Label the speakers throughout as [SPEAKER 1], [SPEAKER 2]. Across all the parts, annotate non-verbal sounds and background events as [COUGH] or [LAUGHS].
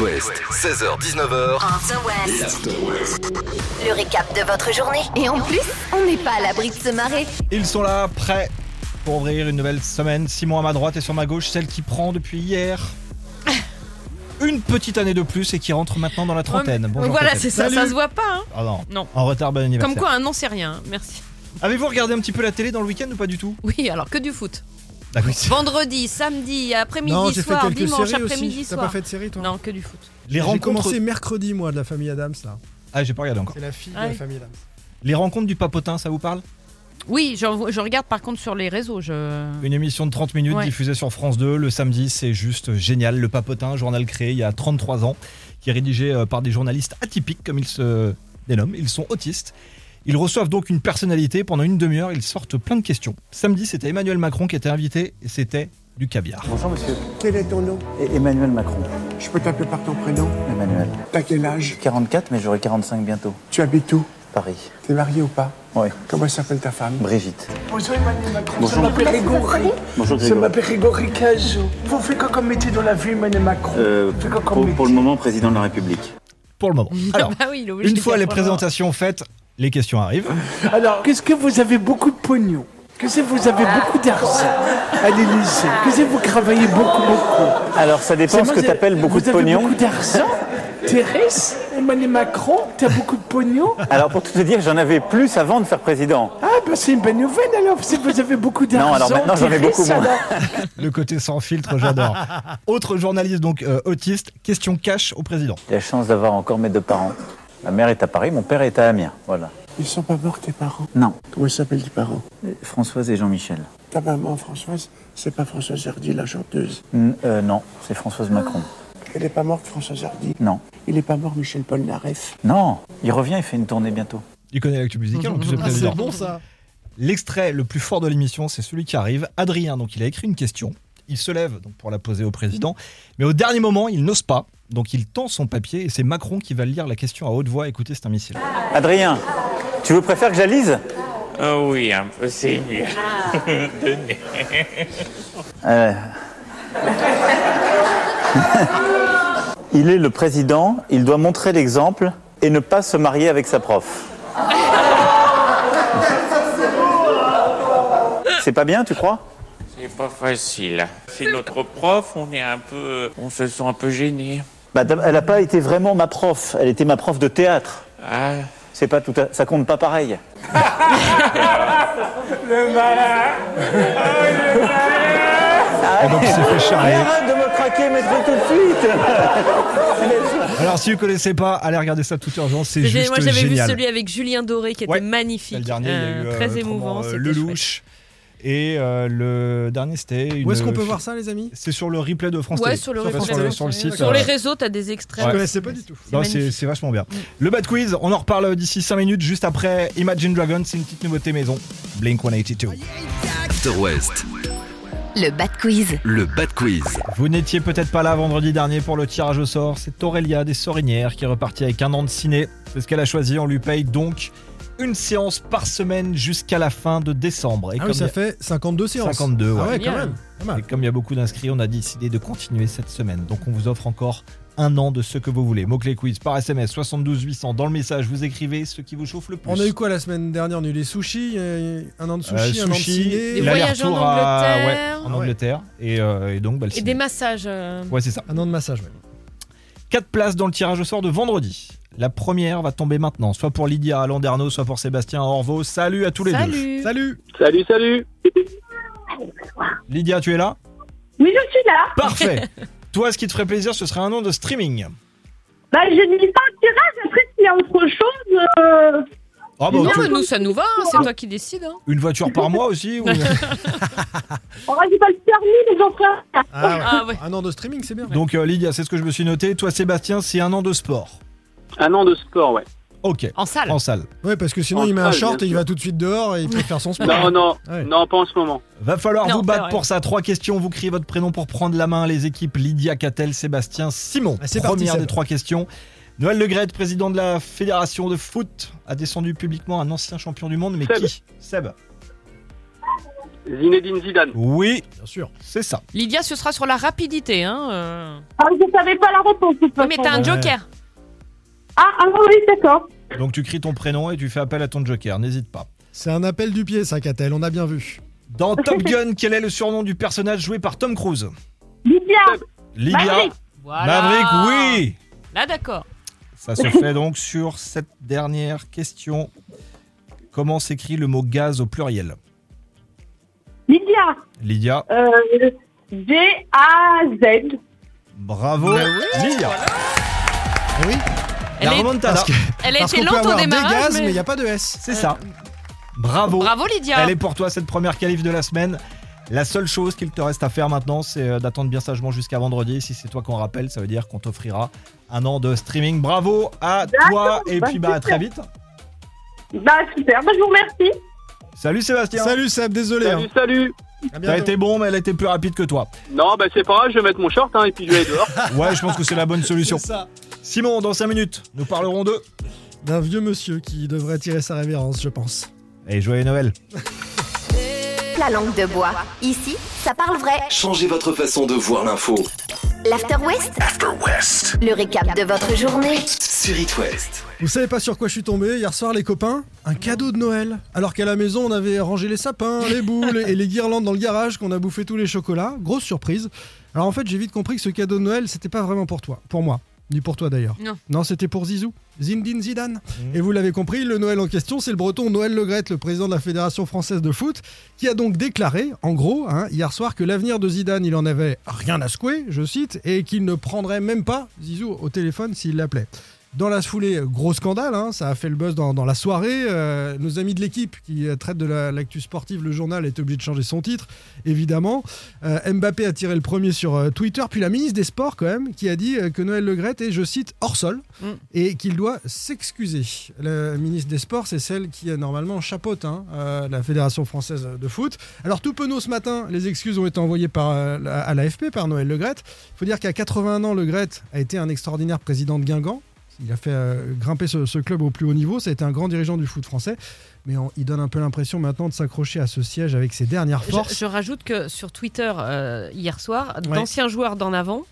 [SPEAKER 1] West, 16h-19h,
[SPEAKER 2] After West,
[SPEAKER 1] l'After West.
[SPEAKER 2] le récap de votre journée. Et en plus, on n'est pas à l'abri de se marrer.
[SPEAKER 3] Ils sont là, prêts pour ouvrir une nouvelle semaine. Simon à ma droite et sur ma gauche, celle qui prend depuis
[SPEAKER 4] [LAUGHS]
[SPEAKER 3] hier. Une petite année de plus et qui rentre maintenant dans la trentaine.
[SPEAKER 4] Ouais, mais-
[SPEAKER 3] Bonjour,
[SPEAKER 4] voilà,
[SPEAKER 3] Catherine.
[SPEAKER 4] c'est ça,
[SPEAKER 3] Salut.
[SPEAKER 4] ça se voit pas. hein.
[SPEAKER 3] Ah non.
[SPEAKER 4] Non.
[SPEAKER 3] En retard, bon anniversaire.
[SPEAKER 4] Comme quoi, un an, c'est rien. Merci. [LAUGHS]
[SPEAKER 3] Avez-vous regardé un petit peu la télé dans le week-end ou pas du tout
[SPEAKER 4] Oui, alors que du foot. Bah
[SPEAKER 3] D'accord.
[SPEAKER 4] Vendredi, samedi,
[SPEAKER 5] non,
[SPEAKER 4] après-midi,
[SPEAKER 5] j'ai fait
[SPEAKER 4] soir,
[SPEAKER 5] quelques
[SPEAKER 4] dimanche,
[SPEAKER 5] séries aussi.
[SPEAKER 4] après-midi,
[SPEAKER 5] T'as pas
[SPEAKER 4] soir.
[SPEAKER 5] fait de série, toi
[SPEAKER 4] Non, que du foot.
[SPEAKER 3] Les
[SPEAKER 5] J'ai
[SPEAKER 3] rencontres.
[SPEAKER 5] commencé mercredi, moi, de la famille Adams, là.
[SPEAKER 3] Ah, j'ai pas regardé encore.
[SPEAKER 5] C'est la fille
[SPEAKER 4] Ah
[SPEAKER 5] de
[SPEAKER 4] oui.
[SPEAKER 5] la famille Adams.
[SPEAKER 3] Les rencontres du papotin, ça vous parle
[SPEAKER 4] Oui, j'en- je regarde par contre sur les réseaux. Je... [LAUGHS]
[SPEAKER 3] Une émission de 30 minutes
[SPEAKER 4] Ouais.
[SPEAKER 3] diffusée sur France 2 le samedi, c'est juste génial. Le Papotin, journal créé il y a 33 ans, qui est rédigé euh, par des journalistes atypiques, comme ils se dénomment. Ils sont autistes. Ils reçoivent donc une personnalité. Pendant une demi-heure, ils sortent plein de questions. Samedi, c'était Emmanuel Macron qui était invité et c'était du caviar.
[SPEAKER 6] Bonjour monsieur,
[SPEAKER 7] Quel est ton nom
[SPEAKER 6] Et- Emmanuel Macron.
[SPEAKER 7] Je peux t'appeler par ton prénom
[SPEAKER 6] Emmanuel.
[SPEAKER 7] T'as quel âge
[SPEAKER 6] 44 mais j'aurai 45 bientôt.
[SPEAKER 7] Tu habites où
[SPEAKER 6] Paris.
[SPEAKER 7] T'es marié ou pas
[SPEAKER 6] Oui.
[SPEAKER 7] Comment s'appelle ta femme
[SPEAKER 6] Brigitte.
[SPEAKER 7] Bonjour Emmanuel Macron,
[SPEAKER 6] Bonjour.
[SPEAKER 7] je m'appelle Grégory.
[SPEAKER 6] Bonjour
[SPEAKER 7] Je
[SPEAKER 6] Grégoire.
[SPEAKER 7] m'appelle Grégory Cazot. Vous faites quoi comme métier dans la vie, Emmanuel Macron
[SPEAKER 6] Euh,
[SPEAKER 7] Vous faites quoi comme
[SPEAKER 6] pour, pour le
[SPEAKER 7] métier
[SPEAKER 6] moment, président de la République.
[SPEAKER 3] Pour le moment. Alors,
[SPEAKER 4] Bah oui, il est obligé
[SPEAKER 3] une
[SPEAKER 4] de
[SPEAKER 3] fois
[SPEAKER 4] faire
[SPEAKER 3] les
[SPEAKER 4] pour
[SPEAKER 3] présentations faites, les questions arrivent.
[SPEAKER 7] Alors, qu'est-ce que vous avez beaucoup de pognon Qu'est-ce que vous avez beaucoup d'argent à l'Élysée Qu'est-ce que vous travaillez beaucoup, beaucoup
[SPEAKER 6] Alors ça dépend ce que
[SPEAKER 7] Moi,
[SPEAKER 6] t'appelles
[SPEAKER 7] j'ai-
[SPEAKER 6] beaucoup
[SPEAKER 7] vous
[SPEAKER 6] de
[SPEAKER 7] avez
[SPEAKER 6] pognon.
[SPEAKER 7] beaucoup d'argent Thérèse Emmanuel Macron, t'as beaucoup de pognon
[SPEAKER 6] Alors pour tout te dire, j'en avais plus avant de faire président.
[SPEAKER 7] Ah, bah c'est une bonne nouvelle alors, si vous avez beaucoup d'argent.
[SPEAKER 6] alors maintenant, j'en ai
[SPEAKER 7] Thérèse,
[SPEAKER 6] beaucoup moins.
[SPEAKER 7] alors.
[SPEAKER 8] [LAUGHS]
[SPEAKER 3] Le côté sans filtre, j'adore. Autre journaliste, donc euh, autiste, question cash au président.
[SPEAKER 6] J'ai la chance d'avoir encore mes deux parents. Ma mère est à Paris, mon père est à Amiens. Voilà.
[SPEAKER 7] Ils sont pas morts tes parents
[SPEAKER 6] Non.
[SPEAKER 7] Comment ils s'appellent tes parents
[SPEAKER 6] Françoise et Jean-Michel.
[SPEAKER 7] Ta maman Françoise, c'est pas Françoise Hardy la chanteuse.
[SPEAKER 6] N- euh, non, c'est Françoise Macron.
[SPEAKER 7] Elle est pas morte Françoise Hardy.
[SPEAKER 6] Non.
[SPEAKER 7] Il est pas mort Michel Polnareff.
[SPEAKER 6] Non, il revient, il fait une tournée bientôt.
[SPEAKER 3] Il connaît l'actu musicale, en
[SPEAKER 5] [LAUGHS]
[SPEAKER 3] plus, le
[SPEAKER 5] Ah, c'est
[SPEAKER 3] président.
[SPEAKER 5] bon, ça
[SPEAKER 3] L'extrait le plus fort de l'émission, c'est celui qui arrive. Adrien, donc il a écrit une question. Il se lève donc pour la poser au président, mais au dernier moment, il n'ose pas. Donc il tend son papier et c'est Macron qui va lire la question à haute voix. Écoutez, c'est un missile.
[SPEAKER 6] Adrien, tu veux préfères que j'alise
[SPEAKER 9] Ah oui, un peu, c'est mieux.
[SPEAKER 6] Euh. [LAUGHS] il est le président, il doit montrer l'exemple et ne pas se marier avec sa prof. C'est pas bien, tu crois
[SPEAKER 9] C'est pas facile. C'est notre prof, on est un peu. On se sent un peu gêné.
[SPEAKER 6] bah, d'ab- Elle n'a pas été vraiment ma prof, elle était ma prof de théâtre.
[SPEAKER 9] Ah,
[SPEAKER 6] C'est pas tout à- Ça compte pas pareil.
[SPEAKER 4] Ah
[SPEAKER 3] Et donc il s'est fait
[SPEAKER 4] [LAUGHS]
[SPEAKER 3] charrer.
[SPEAKER 6] Arrête de me craquer, mais tout de suite
[SPEAKER 3] Alors si vous connaissez pas, allez regarder ça toute urgence, c'est
[SPEAKER 4] C'était-
[SPEAKER 3] juste
[SPEAKER 4] Moi, j'avais vu
[SPEAKER 3] génial.
[SPEAKER 4] celui avec Julien Doré qui était
[SPEAKER 3] Ouais.
[SPEAKER 4] magnifique.
[SPEAKER 3] le dernier, il y a
[SPEAKER 4] Euh,
[SPEAKER 3] eu euh,
[SPEAKER 4] très
[SPEAKER 3] autrement,
[SPEAKER 4] émouvant.
[SPEAKER 3] euh,
[SPEAKER 4] c'était chouette.
[SPEAKER 3] Lelouch et euh, le dernier c'était.
[SPEAKER 5] Où
[SPEAKER 3] une
[SPEAKER 5] est-ce qu'on peut
[SPEAKER 3] fi-
[SPEAKER 5] voir ça, les amis
[SPEAKER 3] C'est sur le replay de France
[SPEAKER 4] Ouais,
[SPEAKER 3] Télé.
[SPEAKER 4] sur le
[SPEAKER 3] Enfin,
[SPEAKER 4] replay
[SPEAKER 3] sur
[SPEAKER 4] de
[SPEAKER 3] le,
[SPEAKER 4] France
[SPEAKER 3] sur le site.
[SPEAKER 4] Sur les
[SPEAKER 3] euh,
[SPEAKER 4] réseaux, t'as des extraits.
[SPEAKER 5] Je connaissais pas du tout. Ah
[SPEAKER 3] Non,
[SPEAKER 4] magnifique.
[SPEAKER 3] c'est c'est vachement bien. Le Bad Quiz, on en reparle d'ici 5 minutes, juste après Imagine Dragons, c'est une petite nouveauté maison. Blink 182.
[SPEAKER 1] After West,
[SPEAKER 2] Le Bad Quiz.
[SPEAKER 1] le Bad Quiz.
[SPEAKER 3] Vous n'étiez peut-être pas là vendredi dernier pour le tirage au sort. C'est Aurélia des Sorinières qui est repartie avec un an de ciné. C'est ce qu'elle a choisi. On lui paye donc une séance par semaine jusqu'à la fin de décembre. Et
[SPEAKER 5] Ah
[SPEAKER 3] comme
[SPEAKER 5] oui, ça
[SPEAKER 3] il y a-
[SPEAKER 5] fait 52 séances.
[SPEAKER 3] 52,
[SPEAKER 5] Ah
[SPEAKER 3] ouais.
[SPEAKER 5] ouais, quand
[SPEAKER 4] Génial.
[SPEAKER 5] même. Pas
[SPEAKER 3] et
[SPEAKER 5] mal.
[SPEAKER 3] comme il y a beaucoup d'inscrits, on a décidé de continuer cette semaine. Donc on vous offre encore un an de ce que vous voulez. Mot-clé quiz par SMS 72 800. Dans le message, vous écrivez ce qui vous chauffe le plus.
[SPEAKER 5] On a eu quoi la semaine dernière On a eu les sushis, euh, un an de
[SPEAKER 3] Euh,
[SPEAKER 5] sushis, un an de
[SPEAKER 3] sushi,
[SPEAKER 4] Des
[SPEAKER 5] ciné,
[SPEAKER 4] voyages
[SPEAKER 3] l'aller-retour
[SPEAKER 4] en
[SPEAKER 3] à- ouais,
[SPEAKER 4] Angleterre.
[SPEAKER 3] en
[SPEAKER 5] Ah ouais.
[SPEAKER 3] Angleterre. Et, euh, et donc, bah, le
[SPEAKER 4] Et
[SPEAKER 3] ciné.
[SPEAKER 4] des massages. euh,
[SPEAKER 3] Ouais, c'est ça.
[SPEAKER 5] un an de massage. ouais.
[SPEAKER 3] 4 places dans le tirage au sort de vendredi. La première va tomber maintenant, soit pour Lydia à Landerneau, soit pour Sébastien à Orvaux. Salut à tous les deux.
[SPEAKER 4] Salut.
[SPEAKER 5] Salut
[SPEAKER 10] Salut, salut
[SPEAKER 3] Lydia, tu es là
[SPEAKER 8] Oui, je suis là.
[SPEAKER 4] [LAUGHS]
[SPEAKER 3] Parfait. Toi, ce qui te ferait plaisir, ce serait un nom de streaming.
[SPEAKER 8] Bah, je ne dis pas le tirage, après, s'il y a autre chose. euh,
[SPEAKER 3] Ah bah,
[SPEAKER 4] Non,
[SPEAKER 3] tu-
[SPEAKER 4] mais nous, ça nous va. hein, C'est toi qui décides. hein.
[SPEAKER 3] Une voiture par mois
[SPEAKER 4] [LAUGHS]
[SPEAKER 3] aussi ou-
[SPEAKER 8] On va dire oh, pas le permis, les enfants.
[SPEAKER 5] Ah ouais.
[SPEAKER 4] Ah ouais.
[SPEAKER 5] Un an de streaming, c'est bien.
[SPEAKER 3] Donc euh, Lydia, c'est ce que je me suis noté. Toi, Sébastien, c'est un an de sport.
[SPEAKER 10] Un an de
[SPEAKER 9] [LAUGHS]
[SPEAKER 10] sport, ouais.
[SPEAKER 3] Ok,
[SPEAKER 4] En salle.
[SPEAKER 3] en salle.
[SPEAKER 5] Ouais, parce que sinon
[SPEAKER 10] En
[SPEAKER 5] il met un
[SPEAKER 10] salle,
[SPEAKER 5] short
[SPEAKER 10] bien
[SPEAKER 5] et il
[SPEAKER 10] sûr.
[SPEAKER 5] va tout de suite dehors et il peut faire son sport.
[SPEAKER 10] Non, non,
[SPEAKER 5] Ouais.
[SPEAKER 10] non, pas en ce moment.
[SPEAKER 3] Va falloir
[SPEAKER 4] Non,
[SPEAKER 3] vous
[SPEAKER 4] c'est
[SPEAKER 3] battre
[SPEAKER 4] vrai.
[SPEAKER 3] pour ça. Trois questions. Vous criez votre prénom pour prendre la main. Les équipes Lydia Cattel, Sébastien, Simon.
[SPEAKER 5] Ah, c'est
[SPEAKER 3] Première
[SPEAKER 5] parti, Seb.
[SPEAKER 3] des trois questions. Noël Legrette, président de la fédération de foot, a descendu publiquement un ancien champion du monde, mais
[SPEAKER 10] Seb.
[SPEAKER 3] qui Seb.
[SPEAKER 10] Zinedine Zidane.
[SPEAKER 3] Oui,
[SPEAKER 5] Bien sûr.
[SPEAKER 3] c'est ça.
[SPEAKER 4] Lydia, ce sera sur la rapidité. Hein, euh.
[SPEAKER 8] Ah, je savais pas la réponse de toute
[SPEAKER 4] Oui,
[SPEAKER 8] façon.
[SPEAKER 4] mais t'as un
[SPEAKER 5] Ouais.
[SPEAKER 4] joker.
[SPEAKER 8] Ah, ah oui, d'accord.
[SPEAKER 3] Donc tu cries ton prénom et tu fais appel à ton joker, n'hésite pas.
[SPEAKER 5] C'est un appel du pied, ça, Catel, on a bien vu. [LAUGHS]
[SPEAKER 3] Dans Top Gun, quel est le surnom du personnage joué par Tom Cruise
[SPEAKER 8] Lydia,
[SPEAKER 3] Lydia
[SPEAKER 8] Maverick.
[SPEAKER 4] Ah
[SPEAKER 3] Maverick, oui
[SPEAKER 4] Là, d'accord.
[SPEAKER 3] Ça se fait donc sur cette dernière question. Comment s'écrit le mot gaz au pluriel
[SPEAKER 8] Lydia,
[SPEAKER 3] Lydia,
[SPEAKER 8] euh, G-A-Z.
[SPEAKER 3] bravo Lydia
[SPEAKER 5] Eh oui,
[SPEAKER 4] Elle,
[SPEAKER 3] La
[SPEAKER 4] est-
[SPEAKER 3] remontada,
[SPEAKER 4] elle a
[SPEAKER 5] parce
[SPEAKER 4] été
[SPEAKER 5] qu'on peut
[SPEAKER 4] lente au
[SPEAKER 5] avoir des
[SPEAKER 4] démarrage.
[SPEAKER 5] gaz, mais il
[SPEAKER 4] mais-
[SPEAKER 5] n'y a pas de S.
[SPEAKER 3] c'est ça. Bravo.
[SPEAKER 4] Bravo, Lydia.
[SPEAKER 3] Elle est pour toi cette première qualif de la semaine. La seule chose qu'il te reste à faire maintenant, c'est euh, d'attendre bien sagement jusqu'à vendredi. Si c'est toi qu'on rappelle, ça veut dire qu'on t'offrira un an de streaming. Bravo à toi et
[SPEAKER 8] bah,
[SPEAKER 3] puis bah, à
[SPEAKER 8] super.
[SPEAKER 3] très vite.
[SPEAKER 8] Bah, super, bah, je vous remercie.
[SPEAKER 3] Salut Sébastien.
[SPEAKER 5] Salut Seb, désolé.
[SPEAKER 10] Salut, salut.
[SPEAKER 5] hein. À
[SPEAKER 3] T'as
[SPEAKER 5] bientôt.
[SPEAKER 3] été bon, mais elle était plus rapide que toi.
[SPEAKER 10] Non, bah c'est pas grave, je vais mettre mon short hein, et puis je vais aller dehors.
[SPEAKER 3] [LAUGHS] Ouais, je pense que c'est la bonne solution.
[SPEAKER 5] C'est ça.
[SPEAKER 3] Simon, dans 5 minutes, nous parlerons d'eux.
[SPEAKER 5] D'un vieux monsieur qui devrait tirer sa révérence, je pense.
[SPEAKER 3] Et joyeux Noël.
[SPEAKER 2] La langue de bois. Ici, ça parle vrai.
[SPEAKER 1] Changez votre façon de voir l'info.
[SPEAKER 2] L'After West,
[SPEAKER 1] After West.
[SPEAKER 2] le récap de votre journée.
[SPEAKER 1] Sur It West.
[SPEAKER 5] Vous savez pas sur quoi je suis tombé hier soir les copains Un cadeau de Noël. Alors qu'à la maison on avait rangé les sapins, les boules et les guirlandes dans le garage, qu'on a bouffé tous les chocolats. Grosse surprise. Alors en fait j'ai vite compris que ce cadeau de Noël c'était pas vraiment pour toi, pour moi. Ni pour toi d'ailleurs.
[SPEAKER 4] Non.
[SPEAKER 5] c'était pour Zizou. Zindine Zidane. Et vous l'avez compris, le Noël en question, c'est le breton Noël Le Graët, le président de la Fédération Française de Foot, qui a donc déclaré, en gros, hein, hier soir, que l'avenir de Zidane, il en avait rien à secouer, je cite, et qu'il ne prendrait même pas Zizou au téléphone s'il l'appelait. Dans la foulée, gros scandale, hein, ça a fait le buzz dans, dans la soirée. euh, nos amis de l'équipe qui euh, traitent de la- l'actu sportive, le journal est obligé de changer son titre, évidemment. Euh, Mbappé a tiré le premier sur euh, Twitter, puis la ministre des Sports, quand même, qui a dit euh, que Noël Le Graët est, je cite, hors sol et qu'il doit s'excuser. La ministre des Sports, c'est celle qui euh, normalement chapeaute hein, euh, la Fédération française de foot. Alors tout penaud ce matin, les excuses ont été envoyées par, euh, la- à l'AFP par Noël Le Graët. Il faut dire qu'à 81 ans, Le Graët a été un extraordinaire président de Guingamp. Il a fait euh, grimper ce, ce club au plus haut niveau. Ça a été un grand dirigeant du foot français. Mais on- il donne un peu l'impression maintenant de s'accrocher à ce siège avec ses dernières
[SPEAKER 4] Je-
[SPEAKER 5] forces.
[SPEAKER 4] Je, rajoute que sur Twitter, euh, hier soir,
[SPEAKER 5] Ouais.
[SPEAKER 4] d'anciens joueurs d'en avant.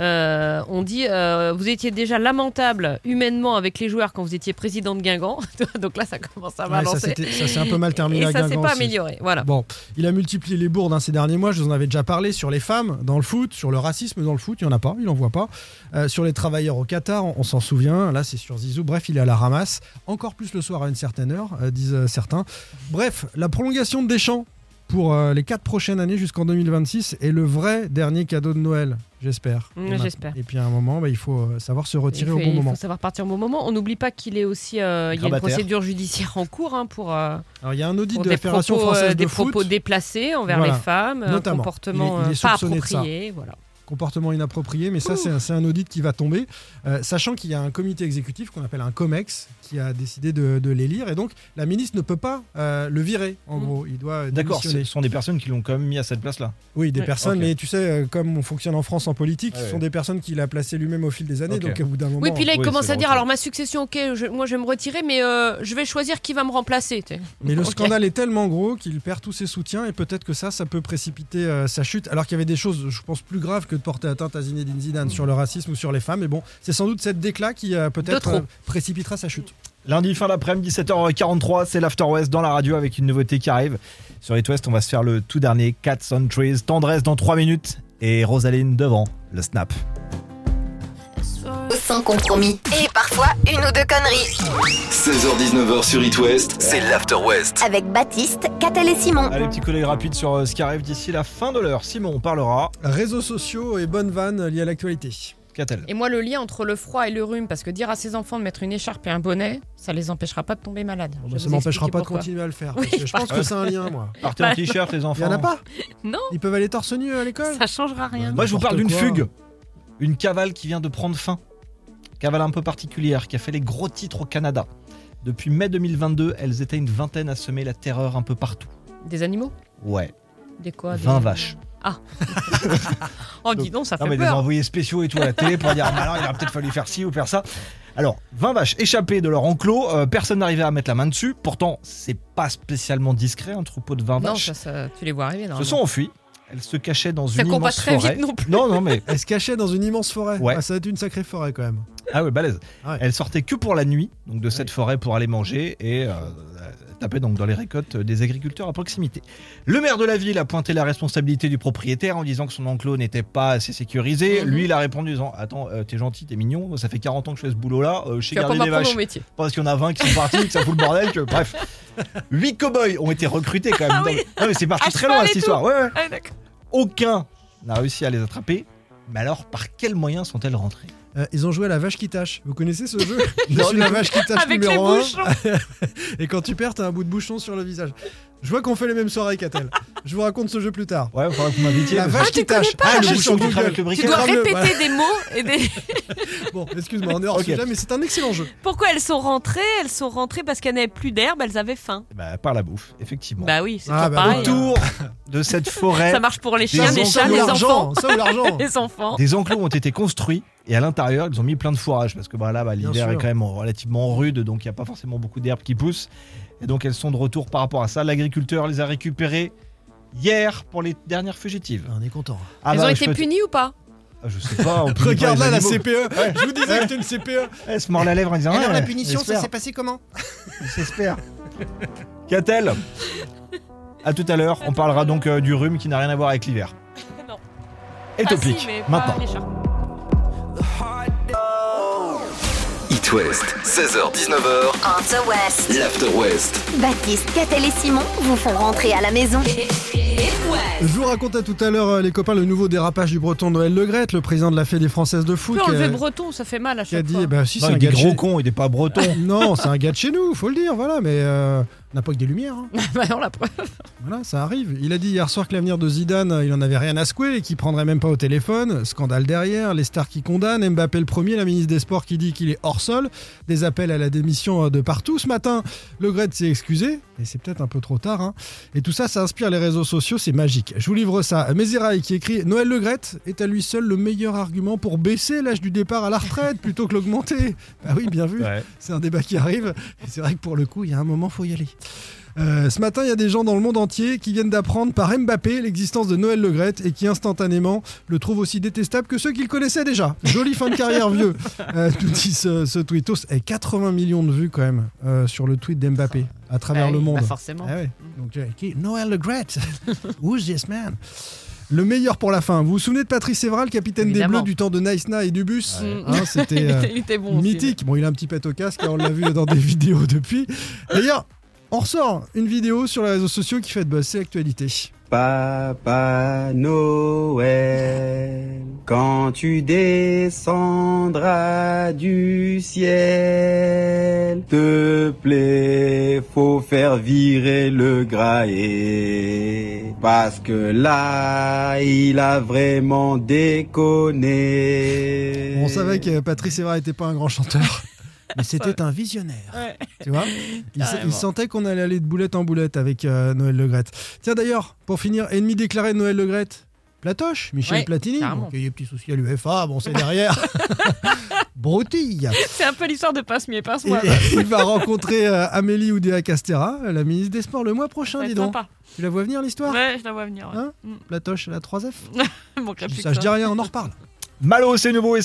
[SPEAKER 4] euh, on dit euh, vous étiez déjà lamentable humainement avec les joueurs quand vous étiez président de Guingamp [LAUGHS] donc là ça commence à
[SPEAKER 5] Ouais, ça
[SPEAKER 4] balancer
[SPEAKER 5] s'était- ça s'est un peu mal terminé
[SPEAKER 4] Ah, et
[SPEAKER 5] à
[SPEAKER 4] ça s'est
[SPEAKER 5] Guingamp
[SPEAKER 4] pas
[SPEAKER 5] aussi.
[SPEAKER 4] amélioré voilà
[SPEAKER 5] Bon, il a multiplié les bourdes hein, ces derniers mois, je vous en avais déjà parlé, sur les femmes dans le foot, sur le racisme dans le foot, il n'y en a pas, il n'en voit pas. Euh, sur les travailleurs au Qatar, on, on s'en souvient, là c'est sur Zizou, bref, il est à la ramasse, encore plus le soir à une certaine heure, euh, disent euh, certains. Bref, la prolongation de Deschamps pour euh, les quatre prochaines années jusqu'en 2026 est le vrai dernier cadeau de Noël, j'espère.
[SPEAKER 4] Mm,
[SPEAKER 5] Et maintenant-
[SPEAKER 4] j'espère.
[SPEAKER 5] Et puis à un moment, bah, il faut euh, savoir se
[SPEAKER 4] il
[SPEAKER 5] retirer
[SPEAKER 4] faut,
[SPEAKER 5] au bon
[SPEAKER 4] il faut
[SPEAKER 5] moment.
[SPEAKER 4] savoir partir au bon moment on n'oublie pas qu'il est aussi euh, il y a une
[SPEAKER 3] Grabataire.
[SPEAKER 4] procédure judiciaire en cours hein, pour, euh,
[SPEAKER 5] Alors il y a un audit
[SPEAKER 4] pour
[SPEAKER 5] de
[SPEAKER 4] des
[SPEAKER 5] la Fédération
[SPEAKER 4] propos, euh,
[SPEAKER 5] française
[SPEAKER 4] des
[SPEAKER 5] de foot.
[SPEAKER 4] propos déplacés envers
[SPEAKER 5] Voilà.
[SPEAKER 4] les femmes un
[SPEAKER 5] Notamment.
[SPEAKER 4] comportement
[SPEAKER 5] Il est- il est
[SPEAKER 4] euh, pas
[SPEAKER 5] soupçonné de ça.
[SPEAKER 4] approprié voilà
[SPEAKER 5] comportement inapproprié, mais ça, c'est un, c'est un audit qui va tomber, Euh, sachant qu'il y a un comité exécutif qu'on appelle un COMEX qui a décidé de, de l'élire, et donc la ministre ne peut pas euh, le virer, en
[SPEAKER 4] Mm.
[SPEAKER 5] gros. Il doit
[SPEAKER 3] D'accord, ce
[SPEAKER 5] démissionner.
[SPEAKER 3] sont des personnes qui l'ont quand même mis à cette place-là.
[SPEAKER 5] Oui, des
[SPEAKER 4] Ouais.
[SPEAKER 5] personnes,
[SPEAKER 3] Ok.
[SPEAKER 5] mais tu sais, euh, comme on fonctionne en France en politique,
[SPEAKER 3] Ah
[SPEAKER 5] ce
[SPEAKER 3] ouais.
[SPEAKER 5] sont des personnes qu'il a placées lui-même au fil des années,
[SPEAKER 3] Ok.
[SPEAKER 5] donc au bout d'un moment.
[SPEAKER 4] Oui, puis là, il
[SPEAKER 3] Oui,
[SPEAKER 4] commence
[SPEAKER 3] c'est
[SPEAKER 4] à
[SPEAKER 3] le
[SPEAKER 4] dire
[SPEAKER 3] retour.
[SPEAKER 4] alors ma succession, ok, je- moi je vais me retirer, mais euh, je vais choisir qui va me remplacer. tu sais.
[SPEAKER 5] Mais le
[SPEAKER 4] Ok.
[SPEAKER 5] scandale est tellement gros qu'il perd tous ses soutiens et peut-être que ça, ça peut précipiter euh, sa chute. Alors qu'il y avait des choses, je pense, plus graves que de porter atteinte à Zinedine
[SPEAKER 4] Mm.
[SPEAKER 5] Zidane sur le racisme ou sur les femmes. Mais bon, c'est sans doute cette déclat qui euh, peut-être
[SPEAKER 4] trop.
[SPEAKER 5] euh, précipitera sa chute.
[SPEAKER 3] Lundi fin d'après-midi, 17h43, c'est l'After West dans la radio avec une nouveauté qui arrive. Sur It West, on va se faire le tout dernier Cats on Trees, Tendresse dans 3 minutes et Rosaline devant le snap.
[SPEAKER 2] Sans compromis. Et parfois, une ou deux conneries.
[SPEAKER 1] 16h19h sur It West, c'est l'After West.
[SPEAKER 2] Avec Baptiste, Catel et Simon.
[SPEAKER 3] Allez, petit coup d'œil rapide sur euh, ce qui arrive d'ici la fin de l'heure. Simon, on parlera.
[SPEAKER 5] Réseaux sociaux et bonnes vannes liées à l'actualité.
[SPEAKER 3] Qu'a-t-elle
[SPEAKER 4] Et moi, le lien entre le froid et le rhume, parce que dire à ses enfants de mettre une écharpe et un bonnet, ça les empêchera pas de tomber malade.
[SPEAKER 5] Bon, bah, ça m'empêchera pas de continuer à le faire. parce
[SPEAKER 4] Oui,
[SPEAKER 5] que je pense que c'est un lien, moi.
[SPEAKER 3] Partez en t-shirt, les
[SPEAKER 5] Il
[SPEAKER 3] enfants.
[SPEAKER 5] y en a pas
[SPEAKER 4] [LAUGHS] Non.
[SPEAKER 5] Ils peuvent aller torse nu à l'école
[SPEAKER 4] Ça changera rien.
[SPEAKER 3] Moi, je vous parle d'une
[SPEAKER 5] N'importe
[SPEAKER 3] fugue.
[SPEAKER 5] quoi.
[SPEAKER 3] Une cavale qui vient de prendre fin. Cavale un peu particulière qui a fait les gros titres au Canada. Depuis mai 2022, elles étaient une vingtaine à semer la terreur un peu partout.
[SPEAKER 4] Des animaux
[SPEAKER 3] Ouais,
[SPEAKER 4] Des quoi des-
[SPEAKER 3] 20 vaches.
[SPEAKER 4] Oh, dis donc, ça
[SPEAKER 3] Non,
[SPEAKER 4] fait
[SPEAKER 3] mais des
[SPEAKER 4] peur. [LAUGHS]
[SPEAKER 3] envoyés spéciaux et tout à la télé pour dire Ah, mais alors il aurait peut-être fallu faire ci ou faire ça. Alors, 20 vaches échappées de leur enclos, euh, personne n'arrivait à mettre la main dessus. Pourtant, c'est pas spécialement discret, un troupeau de 20
[SPEAKER 4] Non,
[SPEAKER 3] vaches.
[SPEAKER 4] ça, ça, tu les vois arriver.
[SPEAKER 3] se
[SPEAKER 4] normalement.
[SPEAKER 3] sont enfuis. Elles se cachaient dans
[SPEAKER 4] Ça
[SPEAKER 3] une
[SPEAKER 4] court pas
[SPEAKER 3] immense
[SPEAKER 4] très vite
[SPEAKER 3] forêt.
[SPEAKER 4] non plus.
[SPEAKER 3] Non, non, mais
[SPEAKER 5] Elle se cachait dans une immense forêt.
[SPEAKER 3] Ouais.
[SPEAKER 5] Ah, ça a été une sacrée forêt quand même.
[SPEAKER 3] ah ouais, balèze.
[SPEAKER 5] Ouais.
[SPEAKER 3] Elles sortaient que pour la nuit, donc de cette forêt pour aller manger et euh, elles tapaient donc dans les récoltes des agriculteurs à proximité. Le maire de la ville a pointé la responsabilité du propriétaire en disant que son enclos n'était pas assez sécurisé.
[SPEAKER 4] Mhm.
[SPEAKER 3] Lui, il a répondu en disant "Attends, euh, t'es gentil, t'es mignon. Moi, Ça fait 40 ans que je fais ce boulot-là. Euh, je sais
[SPEAKER 4] Tu vas pas
[SPEAKER 3] garder les
[SPEAKER 4] m'apprendre
[SPEAKER 3] vaches
[SPEAKER 4] mon métier.
[SPEAKER 3] parce qu'il y en a 20 qui sont partis, que ça fout le bordel. Que
[SPEAKER 4] [LAUGHS]
[SPEAKER 3] bref, 8 cow-boys ont été recrutés quand même.
[SPEAKER 4] Ah oui.
[SPEAKER 3] Non, mais c'est parti
[SPEAKER 4] À
[SPEAKER 3] très loin
[SPEAKER 4] cheval et
[SPEAKER 3] cette
[SPEAKER 4] tout.
[SPEAKER 3] histoire. Ouais, ouais.
[SPEAKER 4] Ah, d'accord.
[SPEAKER 3] Aucun n'a réussi à les attraper. Mais alors, par quels moyens sont-elles rentrées
[SPEAKER 5] Euh, ils ont joué à la vache qui tâche. Vous connaissez
[SPEAKER 4] [LAUGHS]
[SPEAKER 5] ce jeu Je
[SPEAKER 3] Non,
[SPEAKER 5] suis
[SPEAKER 3] du
[SPEAKER 5] la vache qui tâche
[SPEAKER 4] Avec les
[SPEAKER 5] numéro un.
[SPEAKER 4] bouchons.
[SPEAKER 5] [LAUGHS] Et quand tu perds, t'as un bout de bouchon sur le visage. Je vois qu'on fait les mêmes soirées, Catel. Je vous raconte ce jeu plus tard.
[SPEAKER 3] Ouais, faudra que vous m'invitiez.
[SPEAKER 5] La
[SPEAKER 3] parce que-
[SPEAKER 5] vache qui tâche.
[SPEAKER 3] Ah, le
[SPEAKER 5] Cherchez
[SPEAKER 3] bouchon
[SPEAKER 5] sur
[SPEAKER 3] qui
[SPEAKER 5] Google.
[SPEAKER 3] travaille avec le briquet.
[SPEAKER 4] Tu dois
[SPEAKER 5] Crame-le,
[SPEAKER 4] répéter des mots et des.
[SPEAKER 5] Bon, excuse-moi, on est hors
[SPEAKER 3] Ok.
[SPEAKER 5] sujet, mais c'est un excellent jeu.
[SPEAKER 4] Pourquoi elles sont rentrées Elles sont rentrées parce qu'elles n'avaient plus d'herbe, elles avaient faim.
[SPEAKER 3] Bah, par la bouffe, effectivement.
[SPEAKER 4] Bah oui, c'est
[SPEAKER 5] Ah,
[SPEAKER 4] toujours
[SPEAKER 5] bah
[SPEAKER 4] pareil.
[SPEAKER 5] oui.
[SPEAKER 3] Autour de cette forêt,
[SPEAKER 4] [LAUGHS] Ça marche pour les
[SPEAKER 3] Des
[SPEAKER 4] chiens, les
[SPEAKER 3] enfants
[SPEAKER 4] chats,
[SPEAKER 5] ou
[SPEAKER 4] les
[SPEAKER 5] l'argent,
[SPEAKER 4] enfants.
[SPEAKER 5] ça ou l'argent.
[SPEAKER 4] [LAUGHS] Les enfants.
[SPEAKER 3] des enclos ont été construits et à l'intérieur, ils ont mis plein de fourrage parce que bah, là, bah,
[SPEAKER 5] Bien
[SPEAKER 3] l'hiver est
[SPEAKER 5] sûr.
[SPEAKER 3] quand même relativement rude, donc il n'y a pas forcément beaucoup d'herbes qui poussent. Et donc, elles sont de retour par rapport à ça. L'agriculteur les a récupérées hier pour les dernières fugitives.
[SPEAKER 5] On est content.
[SPEAKER 3] Ah
[SPEAKER 4] elles
[SPEAKER 3] bah,
[SPEAKER 4] ont
[SPEAKER 3] je
[SPEAKER 4] été
[SPEAKER 3] peux-
[SPEAKER 4] punies ou pas
[SPEAKER 3] Ah, Je sais
[SPEAKER 5] [LAUGHS]
[SPEAKER 3] pas. on punit pas
[SPEAKER 5] Regarde
[SPEAKER 3] les
[SPEAKER 5] là la
[SPEAKER 3] animaux.
[SPEAKER 5] CPE.
[SPEAKER 3] Ouais.
[SPEAKER 5] Je vous disais que c'était une E. CPE.
[SPEAKER 3] Elle se mord la lèvre en disant Ah, ouais, j'espère,
[SPEAKER 5] passé comment
[SPEAKER 3] [LAUGHS] J'espère. Qu'a-t-elle À tout à l'heure, on parlera donc euh, du rhume qui n'a rien à voir avec l'hiver.
[SPEAKER 4] [LAUGHS] Non.
[SPEAKER 3] Et
[SPEAKER 4] Ah si,
[SPEAKER 3] topic,
[SPEAKER 4] mais pas
[SPEAKER 3] maintenant.
[SPEAKER 4] les chats.
[SPEAKER 1] It West, 16h-19h,
[SPEAKER 2] On the West.
[SPEAKER 1] l'After West.
[SPEAKER 2] Baptiste, Catel et Simon vous font rentrer à la maison.
[SPEAKER 5] Je vous raconte à tout à l'heure, euh, les copains, le nouveau dérapage du breton Noël Le Graët, le président de la Fédé française de
[SPEAKER 4] Tu
[SPEAKER 5] foot.
[SPEAKER 4] peux
[SPEAKER 5] qui a-
[SPEAKER 4] enlever breton, ça fait mal à
[SPEAKER 5] qui a
[SPEAKER 4] chaque
[SPEAKER 5] dit,
[SPEAKER 4] fois.
[SPEAKER 5] eh ben, si,
[SPEAKER 3] Non,
[SPEAKER 5] c'est un
[SPEAKER 3] il est
[SPEAKER 5] gars de
[SPEAKER 3] gros
[SPEAKER 5] chez-
[SPEAKER 3] con, il n'est pas breton.
[SPEAKER 5] [LAUGHS] Non, c'est un gars de chez nous, faut le dire, voilà, mais euh, on n'a pas que des lumières. hein.
[SPEAKER 4] [LAUGHS] Bah non, la preuve.
[SPEAKER 5] Voilà, ça arrive. Il a dit hier soir que l'avenir de Zidane, euh, il en avait rien à secouer et qu'il prendrait même pas au téléphone. Scandale derrière, les stars qui condamnent, Mbappé le premier, la ministre des Sports qui dit qu'il est hors sol, des appels à la démission euh, de partout ce matin. Le Gret s'est excusé, et c'est peut-être un peu trop tard. hein. Et tout ça, ça inspire les réseaux sociaux, c'est magique. Je vous livre ça. Méziraï qui écrit Noël Le Gret est à lui seul le meilleur argument pour baisser l'âge du départ à la retraite plutôt que l'augmenter. Bah oui, bien vu.
[SPEAKER 3] Ouais.
[SPEAKER 5] C'est un débat qui arrive. Et C'est vrai que pour le coup, il y a un moment, faut y aller. Euh, ce matin, il y a des gens dans le monde entier qui viennent d'apprendre par Mbappé l'existence de Noël Le Graët et qui instantanément le trouvent aussi détestable que ceux qu'ils connaissaient déjà. Jolie fin de carrière, vieux, euh, nous dit ce, ce tweetos. Et 80 millions de vues quand même euh, sur le tweet d'Mbappé à travers
[SPEAKER 4] Bah
[SPEAKER 5] le
[SPEAKER 4] oui,
[SPEAKER 5] monde.
[SPEAKER 4] bah forcément.
[SPEAKER 5] Ah ouais. Donc, euh, qui- Noël Le Graët. [LAUGHS] Who's this man Le meilleur pour la fin. Vous vous souvenez de Patrice Evra, le capitaine des
[SPEAKER 4] Évidemment.
[SPEAKER 5] Bleus du temps de Nice Na et du bus
[SPEAKER 4] Mm.
[SPEAKER 5] Hein, C'était
[SPEAKER 4] Il [LAUGHS]
[SPEAKER 5] euh,
[SPEAKER 4] était- il était bon. aussi,
[SPEAKER 5] mythique. Bon, il a un petit pet au casque, hein, on l'a vu [LAUGHS] dans des vidéos depuis. D'ailleurs, on ressort une vidéo sur les réseaux sociaux qui fait de buzz, c'est l'actualité.
[SPEAKER 11] Papa Noël, quand tu descendras du ciel, te plaît, faut faire virer le graillé, parce que là, il a vraiment déconné.
[SPEAKER 5] On savait que Patrice Evra n'était pas un grand chanteur.
[SPEAKER 4] [LAUGHS]
[SPEAKER 5] Mais c'était un visionnaire.
[SPEAKER 4] Ouais. [LAUGHS]
[SPEAKER 5] Tu vois il, se-
[SPEAKER 4] Carrément.
[SPEAKER 5] il sentait qu'on allait aller de boulette en boulette avec euh, Noël Le Graët. Tiens d'ailleurs, pour finir, ennemi déclaré de Noël Le Graët, Platoche, Michel
[SPEAKER 4] Ouais,
[SPEAKER 5] Platini.
[SPEAKER 4] carrément.
[SPEAKER 5] Donc, il y a eu des petits soucis à l'UFA, bon c'est derrière.
[SPEAKER 4] [LAUGHS]
[SPEAKER 5] Broutille.
[SPEAKER 4] ouais. C'est un peu l'histoire de pince-mier,
[SPEAKER 5] Et-
[SPEAKER 4] pince-moi.
[SPEAKER 5] il va rencontrer euh, Amélie Oudéa-Castera, la ministre des Sports, le mois
[SPEAKER 4] Ça
[SPEAKER 5] prochain,
[SPEAKER 4] va être
[SPEAKER 5] dis donc.
[SPEAKER 4] sympa.
[SPEAKER 5] Tu la vois venir l'histoire
[SPEAKER 4] Ouais, je la vois venir. ouais.
[SPEAKER 5] Hein
[SPEAKER 4] Mm. [LAUGHS]
[SPEAKER 5] Platoche à la 3F
[SPEAKER 4] Il manquerait plus que
[SPEAKER 5] Ça, je dis rien, on en reparle.
[SPEAKER 3] Malo, c'est nouveau et